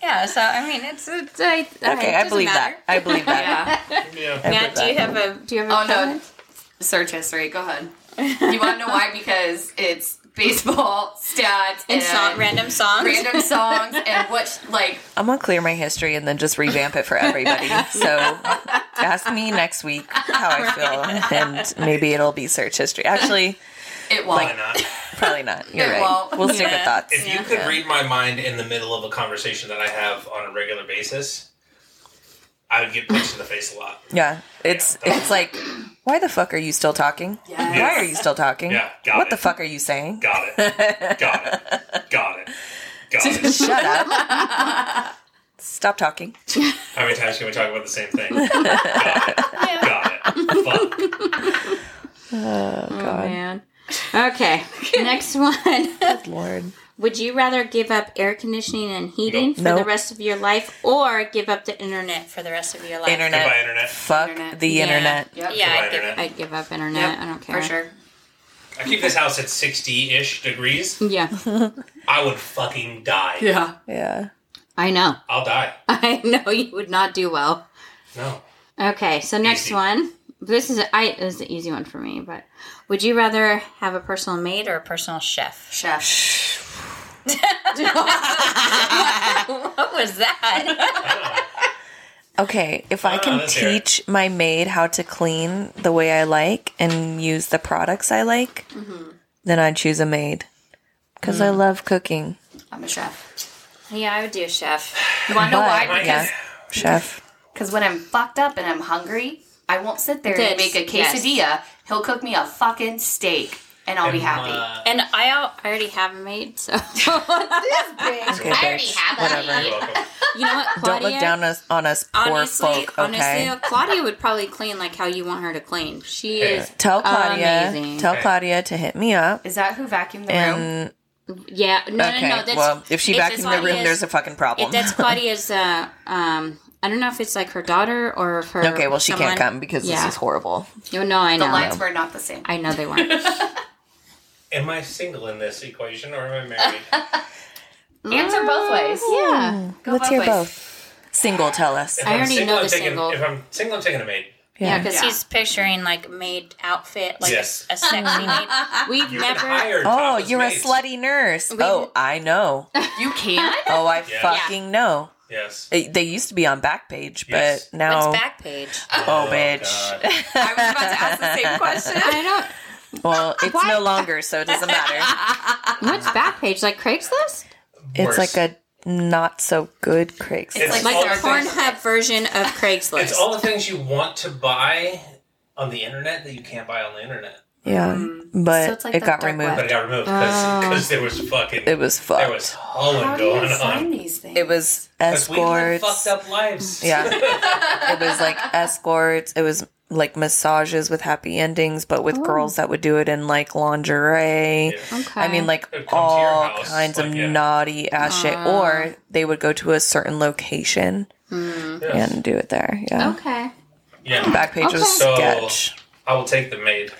Speaker 8: yeah. So I mean, it's, it's I,
Speaker 6: Okay, I believe that. I believe that.
Speaker 5: Yeah.
Speaker 4: Yeah.
Speaker 6: I believe
Speaker 8: Matt, do you
Speaker 6: that.
Speaker 8: have a?
Speaker 2: do you have a
Speaker 5: Oh no,
Speaker 2: comment?
Speaker 5: search history. Go ahead. You want to know why? Because it's baseball stats
Speaker 8: And song, random songs.
Speaker 5: random songs and what like
Speaker 6: I'm gonna clear my history and then just revamp it for everybody. So ask me next week how I feel, and maybe it'll be search history. Actually,
Speaker 5: it won't.
Speaker 4: Why not?
Speaker 6: probably not. You're
Speaker 5: It
Speaker 6: right.
Speaker 5: won't.
Speaker 6: We'll stick with
Speaker 8: Yeah.
Speaker 6: thoughts.
Speaker 4: If you could read my mind in the middle of a conversation that I have on a regular basis, I would get punched in the face a lot.
Speaker 6: Yeah, it's it's like, why the fuck are you still talking?
Speaker 5: Yes.
Speaker 6: Why are you still talking?
Speaker 4: Yeah, got
Speaker 6: what
Speaker 4: it.
Speaker 6: the fuck are you saying?
Speaker 4: Got it. Got it. Got it. Got it.
Speaker 6: Shut up. Stop talking.
Speaker 4: How many times can we talk about the same thing? Got it. Got it. Fuck.
Speaker 2: Oh, man. Okay, next one.
Speaker 6: Good lord.
Speaker 2: Would you rather give up air conditioning and heating for the
Speaker 6: Nope.
Speaker 2: rest of your life, or give up the internet for the rest of your life?
Speaker 6: Internet.
Speaker 4: Goodbye, internet.
Speaker 6: Fuck
Speaker 5: Internet.
Speaker 6: the
Speaker 8: Yeah.
Speaker 6: internet.
Speaker 5: Yep.
Speaker 8: Yeah,
Speaker 4: Goodbye,
Speaker 8: I think.
Speaker 4: internet.
Speaker 2: I'd give up internet.
Speaker 5: Yep,
Speaker 2: I don't care.
Speaker 5: for sure.
Speaker 4: I keep this house at 60 ish degrees.
Speaker 2: Yeah,
Speaker 4: I would fucking die.
Speaker 5: Yeah.
Speaker 3: Yeah.
Speaker 2: I know.
Speaker 4: I'll die.
Speaker 2: I know you would not do well.
Speaker 4: No.
Speaker 2: Okay, so next
Speaker 4: Easy.
Speaker 2: one. This is a, I this is the easy one for me, but would you rather have a personal maid or a personal chef?
Speaker 5: Chef.
Speaker 8: What was that?
Speaker 6: Okay, if I
Speaker 4: Ah,
Speaker 6: can
Speaker 4: let's hear it.
Speaker 6: teach my maid how to clean the way I like and use the products I like,
Speaker 4: Mm-hmm.
Speaker 6: then I'd choose a maid because
Speaker 4: Mm.
Speaker 6: I love cooking.
Speaker 5: I'm a chef.
Speaker 8: yeah, I would do a chef.
Speaker 5: You want to know
Speaker 6: But-
Speaker 5: why?
Speaker 6: Yeah,
Speaker 5: Because
Speaker 6: chef.
Speaker 5: Because when I'm fucked up and I'm hungry, I won't sit there and
Speaker 8: This,
Speaker 5: make a
Speaker 8: yes.
Speaker 5: quesadilla. He'll cook me a fucking steak, and I'll be happy.
Speaker 4: uh,
Speaker 8: And I, al- I already have a maid, so
Speaker 6: Okay, bitch. Whatever.
Speaker 4: You're welcome.
Speaker 2: You know what, Claudia?
Speaker 6: Don't look down us, on us poor
Speaker 8: honestly,
Speaker 6: folk. Okay.
Speaker 2: um,
Speaker 8: honestly, uh, Claudia would probably clean like how you want her to clean. She is.
Speaker 6: tell Claudia.
Speaker 2: Amazing.
Speaker 6: Tell
Speaker 4: Okay.
Speaker 6: Claudia to hit me up.
Speaker 5: Is that who vacuumed the room?
Speaker 6: And
Speaker 2: Yeah, no,
Speaker 6: okay,
Speaker 2: no, no. That's,
Speaker 6: well, if she
Speaker 8: it's
Speaker 6: back
Speaker 8: just
Speaker 6: in the room,
Speaker 8: Claudia's-
Speaker 6: there's a fucking problem.
Speaker 8: If that's Claudia's, uh, um, I don't know if it's like her daughter or her.
Speaker 6: okay, well, she can't
Speaker 8: someone.
Speaker 6: come because
Speaker 2: Yeah.
Speaker 6: this is horrible.
Speaker 2: No, no, I
Speaker 5: The
Speaker 2: know.
Speaker 5: lines were not the same.
Speaker 2: I know they weren't.
Speaker 4: Am I single in this equation or am I married?
Speaker 5: Answer
Speaker 2: Uh,
Speaker 5: both ways.
Speaker 2: yeah,
Speaker 5: Go
Speaker 6: Let's
Speaker 5: both
Speaker 6: hear
Speaker 5: ways.
Speaker 6: both. Single, tell us.
Speaker 4: If
Speaker 2: I
Speaker 4: I'm
Speaker 2: already
Speaker 4: single,
Speaker 2: know
Speaker 4: I'm
Speaker 2: the
Speaker 4: taking,
Speaker 2: single.
Speaker 4: If I'm single, I'm taking a maid.
Speaker 2: yeah,
Speaker 6: Yeah.
Speaker 2: because
Speaker 8: Because he's picturing like maid outfit, like
Speaker 4: Yes.
Speaker 8: a sexy maid. We've
Speaker 4: You can
Speaker 8: never.
Speaker 4: hire
Speaker 6: Oh,
Speaker 4: topless
Speaker 6: you're a
Speaker 4: maids.
Speaker 6: slutty nurse. Oh, I know.
Speaker 5: You can.
Speaker 6: Oh, I
Speaker 4: Yeah.
Speaker 6: fucking know.
Speaker 4: Yes.
Speaker 6: It- they used to be on Backpage,
Speaker 4: Yes.
Speaker 6: but now.
Speaker 8: It's back page.
Speaker 6: Oh, bitch.
Speaker 4: God.
Speaker 5: I was about to ask the same question.
Speaker 2: I don't.
Speaker 6: Well, it's no longer, so it doesn't matter.
Speaker 2: What's Backpage like Craigslist?
Speaker 6: it's
Speaker 4: Worse.
Speaker 6: like a not so good Craigslist.
Speaker 5: It's
Speaker 4: It's
Speaker 5: like,
Speaker 8: Like
Speaker 4: all
Speaker 8: the
Speaker 5: our
Speaker 4: the things-
Speaker 8: Pornhub version of Craigslist.
Speaker 4: It's all the things you want to buy on the internet that you can't buy on the internet.
Speaker 6: yeah, but
Speaker 5: Mm. So it's like
Speaker 6: it
Speaker 5: the
Speaker 6: got
Speaker 5: dark
Speaker 6: removed.
Speaker 4: But it got removed because there was fucking
Speaker 6: Uh, It was
Speaker 4: there
Speaker 6: fucked.
Speaker 4: was hauling
Speaker 5: How do you
Speaker 4: going
Speaker 5: sign
Speaker 4: on.
Speaker 5: these things?
Speaker 6: it was
Speaker 4: 'Cause we live
Speaker 6: escorts.
Speaker 4: fucked up lives.
Speaker 6: Yeah, it was like escorts. It was like massages with happy endings, but with girls that would do it in like lingerie.
Speaker 2: Okay.
Speaker 6: I mean, like
Speaker 4: It would come to your
Speaker 6: all
Speaker 4: house,
Speaker 6: kinds of
Speaker 4: like, yeah.
Speaker 6: naughty ass shit. Or they would go to a certain location and do it there. Yeah.
Speaker 2: okay,
Speaker 4: Yeah.
Speaker 6: Backpage was
Speaker 4: Okay. So-
Speaker 6: sketch.
Speaker 4: I will take the maid.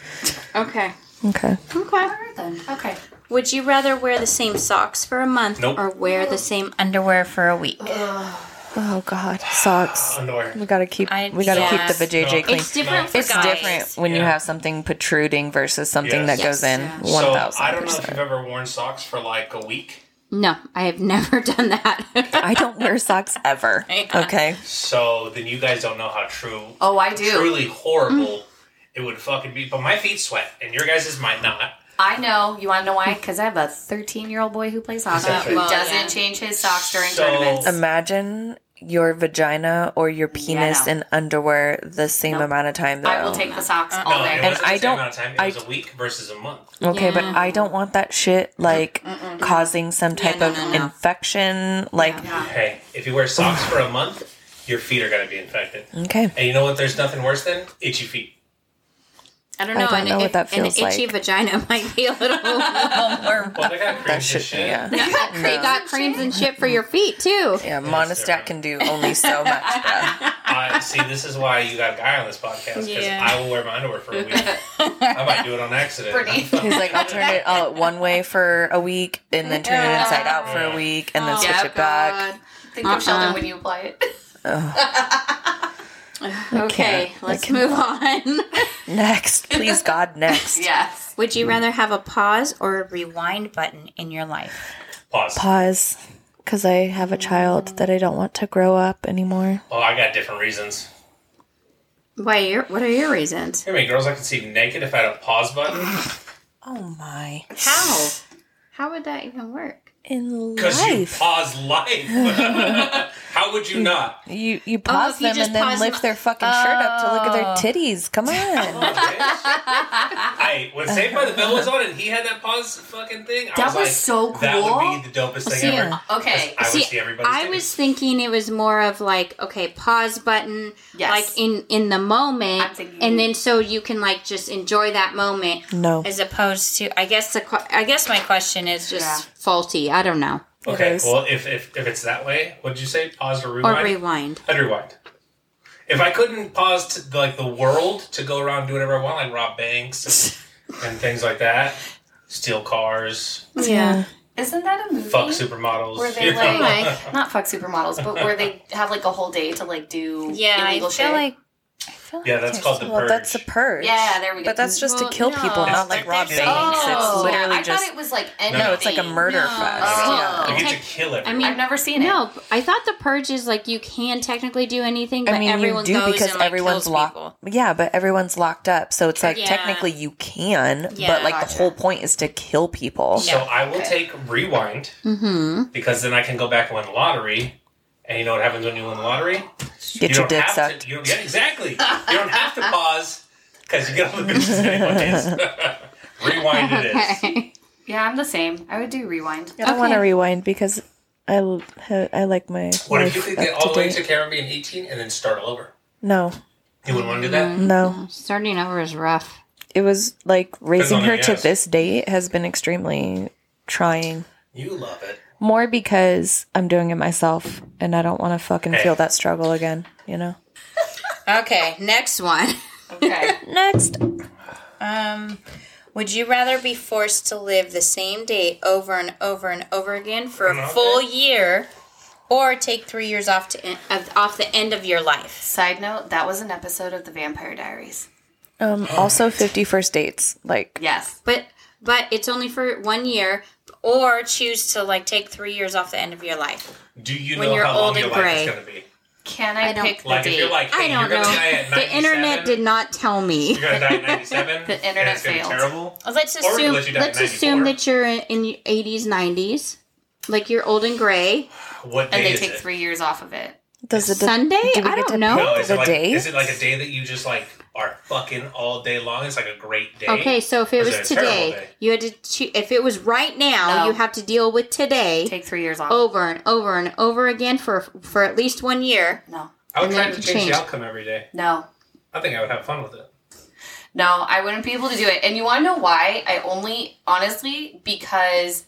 Speaker 2: okay,
Speaker 6: Okay.
Speaker 2: okay.
Speaker 5: Then. Okay.
Speaker 8: Would you rather wear the same socks for a month
Speaker 4: Nope.
Speaker 8: or wear the same underwear for a week?
Speaker 3: Oh God, socks.
Speaker 4: Underwear.
Speaker 3: We gotta keep.
Speaker 8: I-
Speaker 3: we gotta
Speaker 8: yeah.
Speaker 3: keep the vajayjay
Speaker 4: No.
Speaker 6: clean.
Speaker 2: It's different for
Speaker 6: It's
Speaker 8: guys.
Speaker 6: different when you
Speaker 4: Yeah.
Speaker 6: have something protruding versus something
Speaker 4: Yes.
Speaker 6: that goes in.
Speaker 2: Yes.
Speaker 6: One
Speaker 4: So
Speaker 6: thousand.
Speaker 4: I don't know if you've ever worn socks for like a week.
Speaker 2: No, I have never done that.
Speaker 3: I don't wear socks.
Speaker 6: ever. Okay.
Speaker 4: So then you guys don't know how true.
Speaker 5: Oh, I do.
Speaker 4: Truly horrible. It would fucking be. But my feet sweat, and your guys' might not.
Speaker 5: I know. You want to know why? Because I have a 13 year old boy who plays hockey
Speaker 4: Uh,
Speaker 5: who
Speaker 8: well,
Speaker 5: doesn't
Speaker 8: yeah.
Speaker 5: change his socks during
Speaker 4: So-
Speaker 5: tournaments.
Speaker 6: um, Imagine your vagina or your penis
Speaker 5: no.
Speaker 6: in underwear the same amount of time though.
Speaker 5: I will take the socks all
Speaker 4: No, Oh, it
Speaker 5: day.
Speaker 4: wasn't the
Speaker 6: I
Speaker 4: same
Speaker 6: don't-
Speaker 4: Amount of time. It
Speaker 6: I-
Speaker 4: was a week versus a month.
Speaker 6: Okay, but I don't want that shit like causing some type
Speaker 8: no,
Speaker 6: of
Speaker 8: no, no.
Speaker 6: infection. Like,
Speaker 4: Hey, if you wear socks for a month, your feet are gonna be infected.
Speaker 6: okay,
Speaker 4: And you know what? There's nothing worse than itchy feet.
Speaker 2: I don't
Speaker 3: I
Speaker 2: know.
Speaker 3: don't
Speaker 2: an,
Speaker 3: know what
Speaker 2: if-
Speaker 3: that feels
Speaker 2: an itchy
Speaker 3: like.
Speaker 2: vagina might be a little.
Speaker 6: or
Speaker 4: Well, they got cream
Speaker 6: that
Speaker 4: and
Speaker 6: shit.
Speaker 4: shit.
Speaker 6: Yeah,
Speaker 2: you got, cre- got creams and shit for your feet too.
Speaker 6: yeah. Monistat
Speaker 4: different.
Speaker 6: can do only so much. bruh.
Speaker 4: I Uh, see. This is why you got a guy on this podcast because
Speaker 8: Yeah.
Speaker 4: I will wear my underwear for a week. I might do it on accident.
Speaker 6: He's like, I'll turn it all Oh, one way for a week, and then turn it inside out for a week, and then switch it back.
Speaker 5: Think of Sheldon when you apply it.
Speaker 2: Okay, let's move on.
Speaker 6: Next, please, God, next.
Speaker 5: yes.
Speaker 8: Would you rather have a pause or a rewind button in your life?
Speaker 4: Pause.
Speaker 3: Pause, because I have a child that I don't want to grow up anymore.
Speaker 4: Oh, I got different reasons.
Speaker 2: Why? are your- What are your reasons?
Speaker 4: Hear me, girls. I could see naked if I had a pause button.
Speaker 6: Oh my!
Speaker 2: How? How would that even work?
Speaker 3: In
Speaker 4: Because you
Speaker 3: life,
Speaker 4: pause life. How would you not?
Speaker 6: You you pause
Speaker 8: if you
Speaker 6: them
Speaker 8: just
Speaker 6: and then
Speaker 8: pause
Speaker 6: lift
Speaker 8: them-
Speaker 6: their fucking shirt up to look at their titties. Come on.
Speaker 4: I Oh, when Saved by the Bell was on and he had that pause fucking thing, I
Speaker 5: That
Speaker 4: was,
Speaker 5: was
Speaker 4: like,
Speaker 5: so
Speaker 4: That
Speaker 5: cool."
Speaker 4: would be the dopest thing
Speaker 6: see,
Speaker 4: ever.
Speaker 5: Okay.
Speaker 4: I
Speaker 2: See,
Speaker 4: would see everybody.
Speaker 2: I was thinking it was more of like okay, pause button,
Speaker 5: Yes.
Speaker 2: like in in the moment,
Speaker 5: I'm thinking-
Speaker 2: and then so you can like just enjoy that moment.
Speaker 3: no.
Speaker 8: As opposed to, I guess the que- I guess my question is just
Speaker 5: Yeah.
Speaker 2: Faulty. I don't know.
Speaker 4: okay.
Speaker 3: is.
Speaker 4: Well, if, if if it's that way, what did you say? Pause or
Speaker 2: Or
Speaker 4: rewind?
Speaker 2: rewind.
Speaker 4: I'd rewind. If I couldn't pause to, like the world to go around and do whatever I want, like rob banks and, and things like that, steal cars,
Speaker 2: Yeah.
Speaker 5: Isn't that a movie?
Speaker 4: fuck supermodels.
Speaker 5: Were they
Speaker 4: you know?
Speaker 5: like not fuck supermodels, but where they have like a whole day to like do
Speaker 8: yeah. I
Speaker 5: illegal
Speaker 8: feel
Speaker 5: shit?
Speaker 8: like
Speaker 4: yeah, that's called the
Speaker 6: well,
Speaker 4: purge.
Speaker 6: that's a purge.
Speaker 5: yeah, there we go.
Speaker 6: But that's just
Speaker 8: Well,
Speaker 6: to kill
Speaker 8: no.
Speaker 6: people, not like
Speaker 4: It's
Speaker 6: rob
Speaker 4: like-
Speaker 6: banks.
Speaker 5: Oh,
Speaker 6: it's literally
Speaker 5: I
Speaker 6: just
Speaker 5: thought it was like
Speaker 6: no. It's like a
Speaker 5: anything.
Speaker 6: murder fest.
Speaker 5: Oh.
Speaker 4: you get
Speaker 2: tech-
Speaker 4: to kill everyone.
Speaker 2: I mean,
Speaker 5: I've never seen it.
Speaker 2: No, I thought the purge is like you can technically do anything,
Speaker 6: Yeah.
Speaker 2: but
Speaker 6: I mean, you
Speaker 2: everyone
Speaker 6: do
Speaker 2: goes
Speaker 6: because
Speaker 2: and like
Speaker 6: everyone's
Speaker 2: kills
Speaker 6: locked.
Speaker 8: people.
Speaker 6: Yeah, but everyone's locked up, so it's like
Speaker 8: Yeah.
Speaker 6: technically you can,
Speaker 8: Yeah,
Speaker 6: but like the whole point is to kill people.
Speaker 4: So I will take rewind because then I can go back and win the lottery. And you know what happens when you win the lottery?
Speaker 6: Get
Speaker 4: you
Speaker 6: your
Speaker 4: don't
Speaker 6: dick
Speaker 4: have
Speaker 6: sucked.
Speaker 4: To, you don't, yeah, exactly. you don't have to pause because you get all the bitches anyways. rewind it is.
Speaker 2: Okay.
Speaker 5: Yeah, I'm the same. I would do rewind.
Speaker 3: I don't want to rewind because I l- ha- I like my
Speaker 4: What if
Speaker 3: life
Speaker 4: you could
Speaker 3: up
Speaker 4: get
Speaker 3: to
Speaker 4: all the way
Speaker 3: date.
Speaker 4: to Caribbean 18 and then start all over?
Speaker 3: No,
Speaker 4: You wouldn't want to do
Speaker 6: Mm-hmm.
Speaker 4: that?
Speaker 3: no.
Speaker 2: Starting over is rough.
Speaker 3: It was like raising
Speaker 4: on
Speaker 3: her
Speaker 4: the
Speaker 3: to
Speaker 4: ass.
Speaker 3: this date has been extremely trying.
Speaker 4: You love it.
Speaker 3: More because I'm doing it myself and I don't want to fucking
Speaker 4: Hey.
Speaker 3: feel that struggle again, you know?
Speaker 8: okay.
Speaker 2: Next one.
Speaker 5: Okay.
Speaker 3: Next.
Speaker 8: Um, would you rather be forced to live the same day over and over and over again for a
Speaker 4: Not
Speaker 8: full
Speaker 4: good.
Speaker 8: year, or take three years off to en- of, off the end of your life?
Speaker 5: Side note, that was an episode of The Vampire Diaries.
Speaker 3: Um, also, 50 first dates. Like,
Speaker 5: Yes.
Speaker 2: But but it's only for one year.
Speaker 8: Or choose to like take three years off the end of your life.
Speaker 4: Do you
Speaker 8: When
Speaker 4: know
Speaker 8: you're
Speaker 4: how
Speaker 8: old
Speaker 4: long your
Speaker 8: and
Speaker 4: life
Speaker 8: gray.
Speaker 4: is going to be?
Speaker 5: Can I,
Speaker 2: don't-
Speaker 5: pick the
Speaker 4: Like, if
Speaker 5: date?
Speaker 4: you're like, hey,
Speaker 2: I don't
Speaker 4: you're
Speaker 2: know.
Speaker 4: going to die at 97.
Speaker 2: The internet did not tell me.
Speaker 4: You're going to die at 97.
Speaker 5: The internet
Speaker 4: and it's gonna be
Speaker 5: failed.
Speaker 4: terrible.
Speaker 8: Let's
Speaker 4: Or
Speaker 8: assume.
Speaker 4: let you die at
Speaker 2: Let's assume
Speaker 4: 94.
Speaker 2: that you're in, in your 80s, 90s. Like you're old and gray.
Speaker 4: What day
Speaker 5: and they
Speaker 4: is
Speaker 5: take
Speaker 4: it?
Speaker 5: three years off of it.
Speaker 3: does it
Speaker 2: Sunday?
Speaker 3: Do we
Speaker 2: I
Speaker 3: get
Speaker 2: don't
Speaker 3: to
Speaker 6: Oh,
Speaker 2: know.
Speaker 4: No,
Speaker 3: pick
Speaker 4: is
Speaker 3: the
Speaker 4: it, like,
Speaker 3: date?
Speaker 4: is it like a day that you just like are fucking all day long? It's like a great day.
Speaker 2: Okay, so if it
Speaker 4: Or
Speaker 2: was
Speaker 4: is it a terrible
Speaker 2: today,
Speaker 4: day?
Speaker 2: you had to. Cho- if it was right now,
Speaker 5: No.
Speaker 2: you have to deal with today
Speaker 5: Take three years off. Oh.
Speaker 2: over and over and over again for for at least one year.
Speaker 5: No.
Speaker 4: I would
Speaker 2: and then
Speaker 4: try
Speaker 2: it
Speaker 4: to
Speaker 2: would
Speaker 4: change,
Speaker 2: change.
Speaker 4: the outcome every day.
Speaker 5: No.
Speaker 4: I think I would have fun with it.
Speaker 5: No, I wouldn't be able to do it. And you want to know why? I only, honestly, because,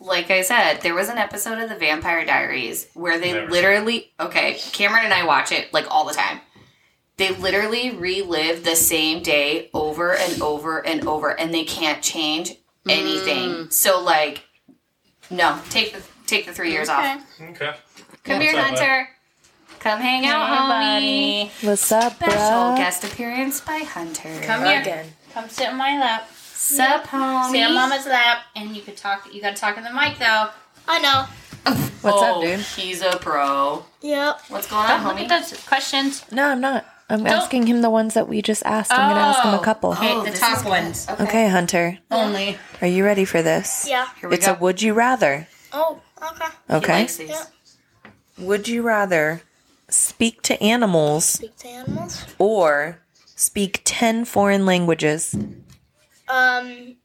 Speaker 5: like I said, there was an episode of The Vampire Diaries where they
Speaker 4: Never seen
Speaker 5: literally, okay, Cameron and I watch it like all the time. They literally relive the same day over and over and over, and they can't change anything. So, like, no, take the take the three years off.
Speaker 4: Okay. Yeah.
Speaker 5: Come here,
Speaker 4: Sorry, bud.
Speaker 5: Hunter. Come hang out, homie.
Speaker 3: What's up,
Speaker 5: Special
Speaker 3: bro?
Speaker 5: guest appearance by Hunter.
Speaker 8: Come here. Come sit in my lap.
Speaker 5: Sup, homie.
Speaker 8: Sit on mama's lap, and you could talk. You gotta talk in the mic though. I know.
Speaker 3: What's up,
Speaker 5: Oh,
Speaker 3: dude?
Speaker 5: He's a pro.
Speaker 8: Yep.
Speaker 5: What's going on,
Speaker 8: Don't look at
Speaker 5: homie?
Speaker 8: those questions.
Speaker 3: No, I'm not. I'm asking him the ones that we just asked. I'm going to ask him a
Speaker 8: Oh.
Speaker 3: couple.
Speaker 8: Okay, the
Speaker 5: this is
Speaker 8: top
Speaker 5: good.
Speaker 8: ones
Speaker 5: Okay.
Speaker 3: Okay, Hunter.
Speaker 8: only.
Speaker 3: Are you ready for this?
Speaker 9: Yeah.
Speaker 5: Here we
Speaker 6: It's
Speaker 5: go.
Speaker 6: a would you rather.
Speaker 9: Oh, okay.
Speaker 5: He
Speaker 6: Okay.
Speaker 5: likes these.
Speaker 9: Yeah.
Speaker 6: Would you rather speak to animals
Speaker 9: Speak to animals.
Speaker 6: or speak 10 foreign languages?
Speaker 9: Um,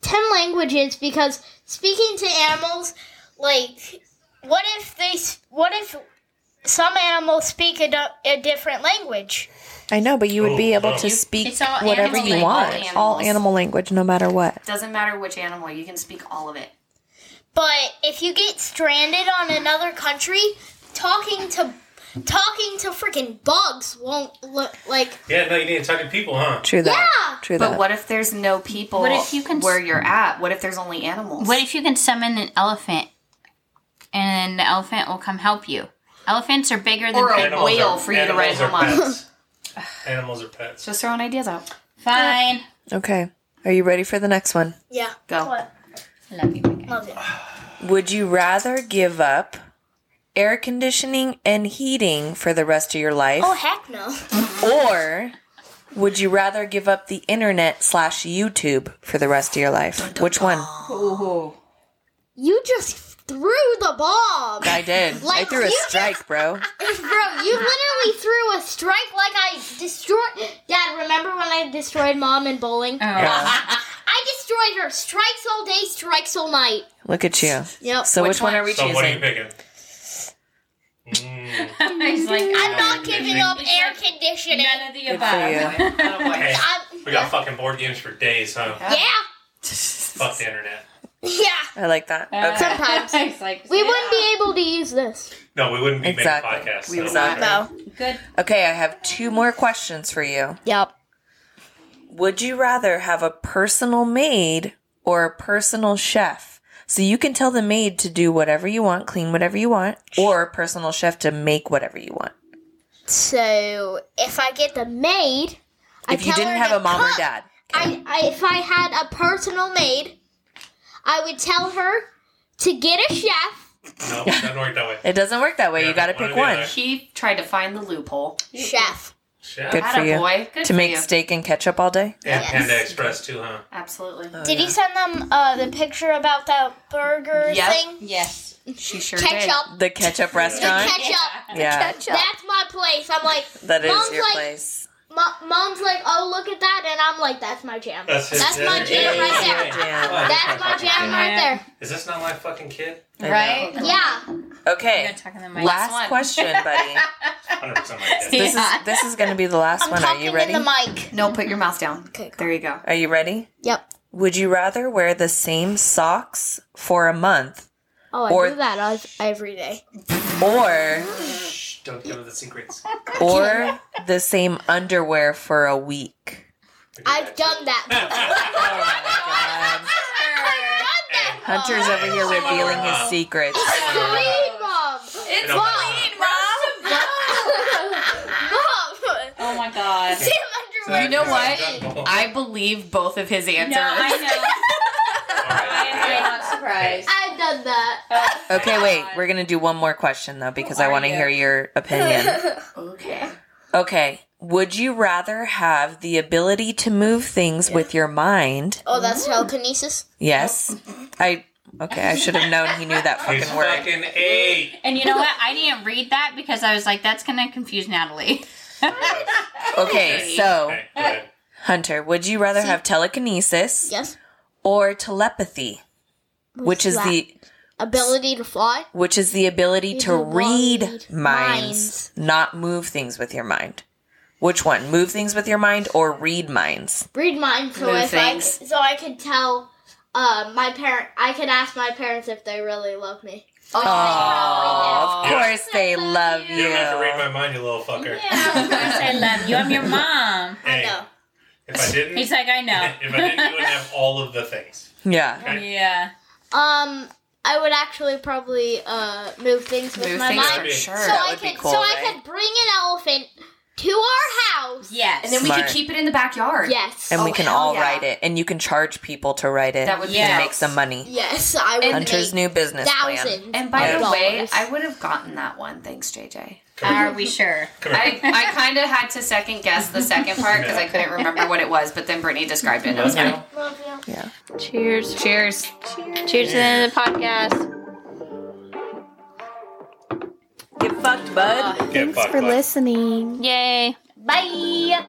Speaker 9: ten languages because speaking to animals, like, what if they? s- What if some animals speak a, du- a different language?
Speaker 3: I know, but you would be
Speaker 4: Oh,
Speaker 3: able
Speaker 4: no.
Speaker 3: to speak
Speaker 8: It's all
Speaker 3: whatever
Speaker 8: animal
Speaker 3: you want.
Speaker 5: language. All
Speaker 3: All
Speaker 5: animals.
Speaker 3: animal language, no matter what.
Speaker 5: Doesn't matter which animal, you can speak all of it.
Speaker 9: But if you get stranded on another country, talking to talking to freaking bugs won't look like
Speaker 4: Yeah, no, you need to talk to people, huh?
Speaker 3: True that.
Speaker 9: Yeah.
Speaker 3: True
Speaker 5: But
Speaker 3: that.
Speaker 5: what if there's no people
Speaker 8: What if you can s-
Speaker 5: where you're at? What if there's only animals?
Speaker 2: What if you can summon an elephant and the elephant will come help you? Elephants are bigger than
Speaker 5: Or a
Speaker 2: people.
Speaker 5: whale for you to ride
Speaker 4: animals are
Speaker 5: home on.
Speaker 4: pets. Animals are pets.
Speaker 5: Just throwing ideas out.
Speaker 2: Fine.
Speaker 3: Okay. Are you ready for the next one?
Speaker 9: yeah.
Speaker 5: Go.
Speaker 9: What?
Speaker 5: Love you, Megan.
Speaker 9: Love it.
Speaker 6: Would you rather give up air conditioning and heating for the rest of your life?
Speaker 9: Oh heck no.
Speaker 6: Or would you rather give up the internet slash YouTube for the rest of your life? Which one?
Speaker 9: You just threw the bomb.
Speaker 6: I did. I
Speaker 9: Like
Speaker 6: threw a
Speaker 9: you-
Speaker 6: strike, bro.
Speaker 9: Bro, you literally threw a strike like I destroyed. Dad, remember when I destroyed mom in bowling?
Speaker 4: Oh.
Speaker 9: I destroyed her. Strikes all day, strikes all night.
Speaker 6: Look at you.
Speaker 9: Yep.
Speaker 6: So which, one are we
Speaker 4: So what are you
Speaker 6: choosing?
Speaker 4: picking? Mm,
Speaker 2: He's like,
Speaker 9: I'm not giving up air conditioning.
Speaker 8: None of the
Speaker 6: above.
Speaker 8: above.
Speaker 4: hey,
Speaker 9: I'm,
Speaker 4: we got fucking board games for days, huh?
Speaker 9: yeah,
Speaker 4: Fuck the internet.
Speaker 9: yeah.
Speaker 6: I like that. Okay.
Speaker 9: Sometimes
Speaker 8: He's like,
Speaker 9: we wouldn't be able to use this.
Speaker 4: No, we wouldn't be making podcasts.
Speaker 6: Exactly. We
Speaker 4: no.
Speaker 6: would not.
Speaker 8: good.
Speaker 6: Okay, I have two more questions for you.
Speaker 9: Yep.
Speaker 6: Would you rather have a personal maid or a personal chef? So you can tell the maid to do whatever you want, clean whatever you want, or a personal chef to make whatever you want.
Speaker 9: So if I get the maid, I
Speaker 6: If you
Speaker 9: tell
Speaker 6: didn't
Speaker 9: her
Speaker 6: have
Speaker 9: to
Speaker 6: a mom or
Speaker 9: cook.
Speaker 6: dad.
Speaker 9: I, I if I had a personal maid, I would tell her to get a chef.
Speaker 4: No, doesn't work that way.
Speaker 6: It doesn't work that way.
Speaker 4: Yeah,
Speaker 6: you got to
Speaker 4: one or
Speaker 6: pick
Speaker 4: the
Speaker 6: one.
Speaker 4: other.
Speaker 5: He tried to find the loophole.
Speaker 9: Chef.
Speaker 4: Shit.
Speaker 6: Good for
Speaker 5: Had a
Speaker 6: you.
Speaker 5: boy. Good
Speaker 6: to
Speaker 5: for
Speaker 6: make
Speaker 5: you.
Speaker 6: steak and ketchup all day?
Speaker 4: And
Speaker 9: Yes.
Speaker 4: Panda Express too, huh?
Speaker 5: Absolutely.
Speaker 6: Oh,
Speaker 9: Did you send them uh, the picture about that burger
Speaker 5: Yep.
Speaker 9: thing?
Speaker 8: Yes.
Speaker 5: She sure did.
Speaker 9: Ketchup.
Speaker 6: The ketchup restaurant?
Speaker 9: Ketchup.
Speaker 6: yeah.
Speaker 9: That's my place. I'm like,
Speaker 6: That is
Speaker 9: Mom's
Speaker 6: your
Speaker 9: like-
Speaker 6: place.
Speaker 9: Mo- mom's like, oh look at that, and I'm like, that's my jam.
Speaker 4: That's his
Speaker 9: That's my jam
Speaker 4: Yeah,
Speaker 9: right
Speaker 4: yeah,
Speaker 9: there.
Speaker 4: yeah.
Speaker 6: Jam.
Speaker 9: That's my jam right there.
Speaker 4: Is this not my fucking kid?
Speaker 8: Right?
Speaker 9: Yeah.
Speaker 6: Okay. Last
Speaker 8: one.
Speaker 6: question, buddy.
Speaker 4: 100% my kid.
Speaker 6: This is this is going to be the last
Speaker 9: I'm
Speaker 6: one. Are
Speaker 9: talking
Speaker 6: you ready?
Speaker 9: in the mic.
Speaker 5: No, put your mouth down.
Speaker 9: Okay, cool.
Speaker 5: There you go.
Speaker 6: Are you ready?
Speaker 9: Yep.
Speaker 6: Would you rather wear the same socks for a month
Speaker 9: Oh, I
Speaker 6: Or-
Speaker 9: do that all- every day.
Speaker 6: or
Speaker 4: Shh, don't give her the secrets.
Speaker 6: or the same underwear for a week?
Speaker 9: I've done that. I've done that.
Speaker 6: Hunter's over here revealing his secrets.
Speaker 9: Clean, mom.
Speaker 4: It's mine.
Speaker 9: Mom.
Speaker 8: Oh my god.
Speaker 9: Damn underwear.
Speaker 5: You know what? I believe both of his answers.
Speaker 8: No, I know. I am not surprised.
Speaker 9: I've done that.
Speaker 6: Okay, wait. We're going to do one more question though because I want to hear your opinion.
Speaker 5: Okay.
Speaker 6: Okay. Would you rather have the ability to move things with your mind?
Speaker 9: Oh, that's telekinesis.
Speaker 6: Yes. I Okay, I should have known he knew that
Speaker 4: He's
Speaker 6: fucking word.
Speaker 4: fucking eight.
Speaker 2: And you know what? I didn't read that because I was like, that's going to confuse Natalie.
Speaker 6: Okay, so
Speaker 4: Okay, go ahead.
Speaker 6: Hunter, would you rather have telekinesis
Speaker 9: Yes.
Speaker 6: or telepathy, which is
Speaker 9: that?
Speaker 6: the
Speaker 9: Ability to fly.
Speaker 6: which is the ability to
Speaker 9: to
Speaker 6: read
Speaker 9: read
Speaker 6: minds, not move things with your mind. Which one? Move things with your mind or read minds?
Speaker 9: read mine so
Speaker 5: Move
Speaker 9: if I
Speaker 5: things.
Speaker 9: so I could tell uh, my parent I could ask my parents if they really love me.
Speaker 6: Oh, of
Speaker 4: Yeah.
Speaker 6: course they love you.
Speaker 4: You don't have to read my mind, you little fucker.
Speaker 8: Of course I love you. I'm your mom.
Speaker 4: Hey,
Speaker 9: No.
Speaker 4: if I didn't,
Speaker 8: He's
Speaker 4: if
Speaker 8: like, I know.
Speaker 4: I didn't, you would have all of the things.
Speaker 6: Yeah.
Speaker 4: Okay.
Speaker 8: Yeah.
Speaker 9: Um I would actually probably uh, move things with
Speaker 5: Move
Speaker 9: my
Speaker 5: things
Speaker 9: mind.
Speaker 5: for sure.
Speaker 9: So
Speaker 6: That
Speaker 9: I
Speaker 6: would be
Speaker 9: could
Speaker 6: cool,
Speaker 9: so I
Speaker 6: right?
Speaker 9: could bring an elephant to our house.
Speaker 5: And then
Speaker 8: Yes.
Speaker 5: we
Speaker 6: Smart.
Speaker 5: could keep it in the backyard.
Speaker 9: Yes.
Speaker 6: and we
Speaker 5: Oh,
Speaker 6: can
Speaker 5: hell
Speaker 6: all
Speaker 5: yeah.
Speaker 6: write it, and you can charge people to write it.
Speaker 5: That would be
Speaker 6: and
Speaker 8: Yeah.
Speaker 6: make some money.
Speaker 9: Yes, I would
Speaker 6: Hunter's
Speaker 9: make
Speaker 6: new business
Speaker 9: thousands.
Speaker 5: And by the
Speaker 9: of
Speaker 5: way,
Speaker 9: dollars.
Speaker 5: I would have gotten that one. Thanks, JJ.
Speaker 8: Are we sure?
Speaker 4: Come here.
Speaker 5: I, I kind of had to second guess the second part because I couldn't remember what it was, but then Brittany described it. And it was fine.
Speaker 9: Love you.
Speaker 2: Cheers.
Speaker 5: Cheers.
Speaker 2: Cheers to the end of the podcast.
Speaker 1: Get fucked, bud.
Speaker 4: Get fucked, bud.
Speaker 10: listening.
Speaker 2: Yay.
Speaker 9: Bye.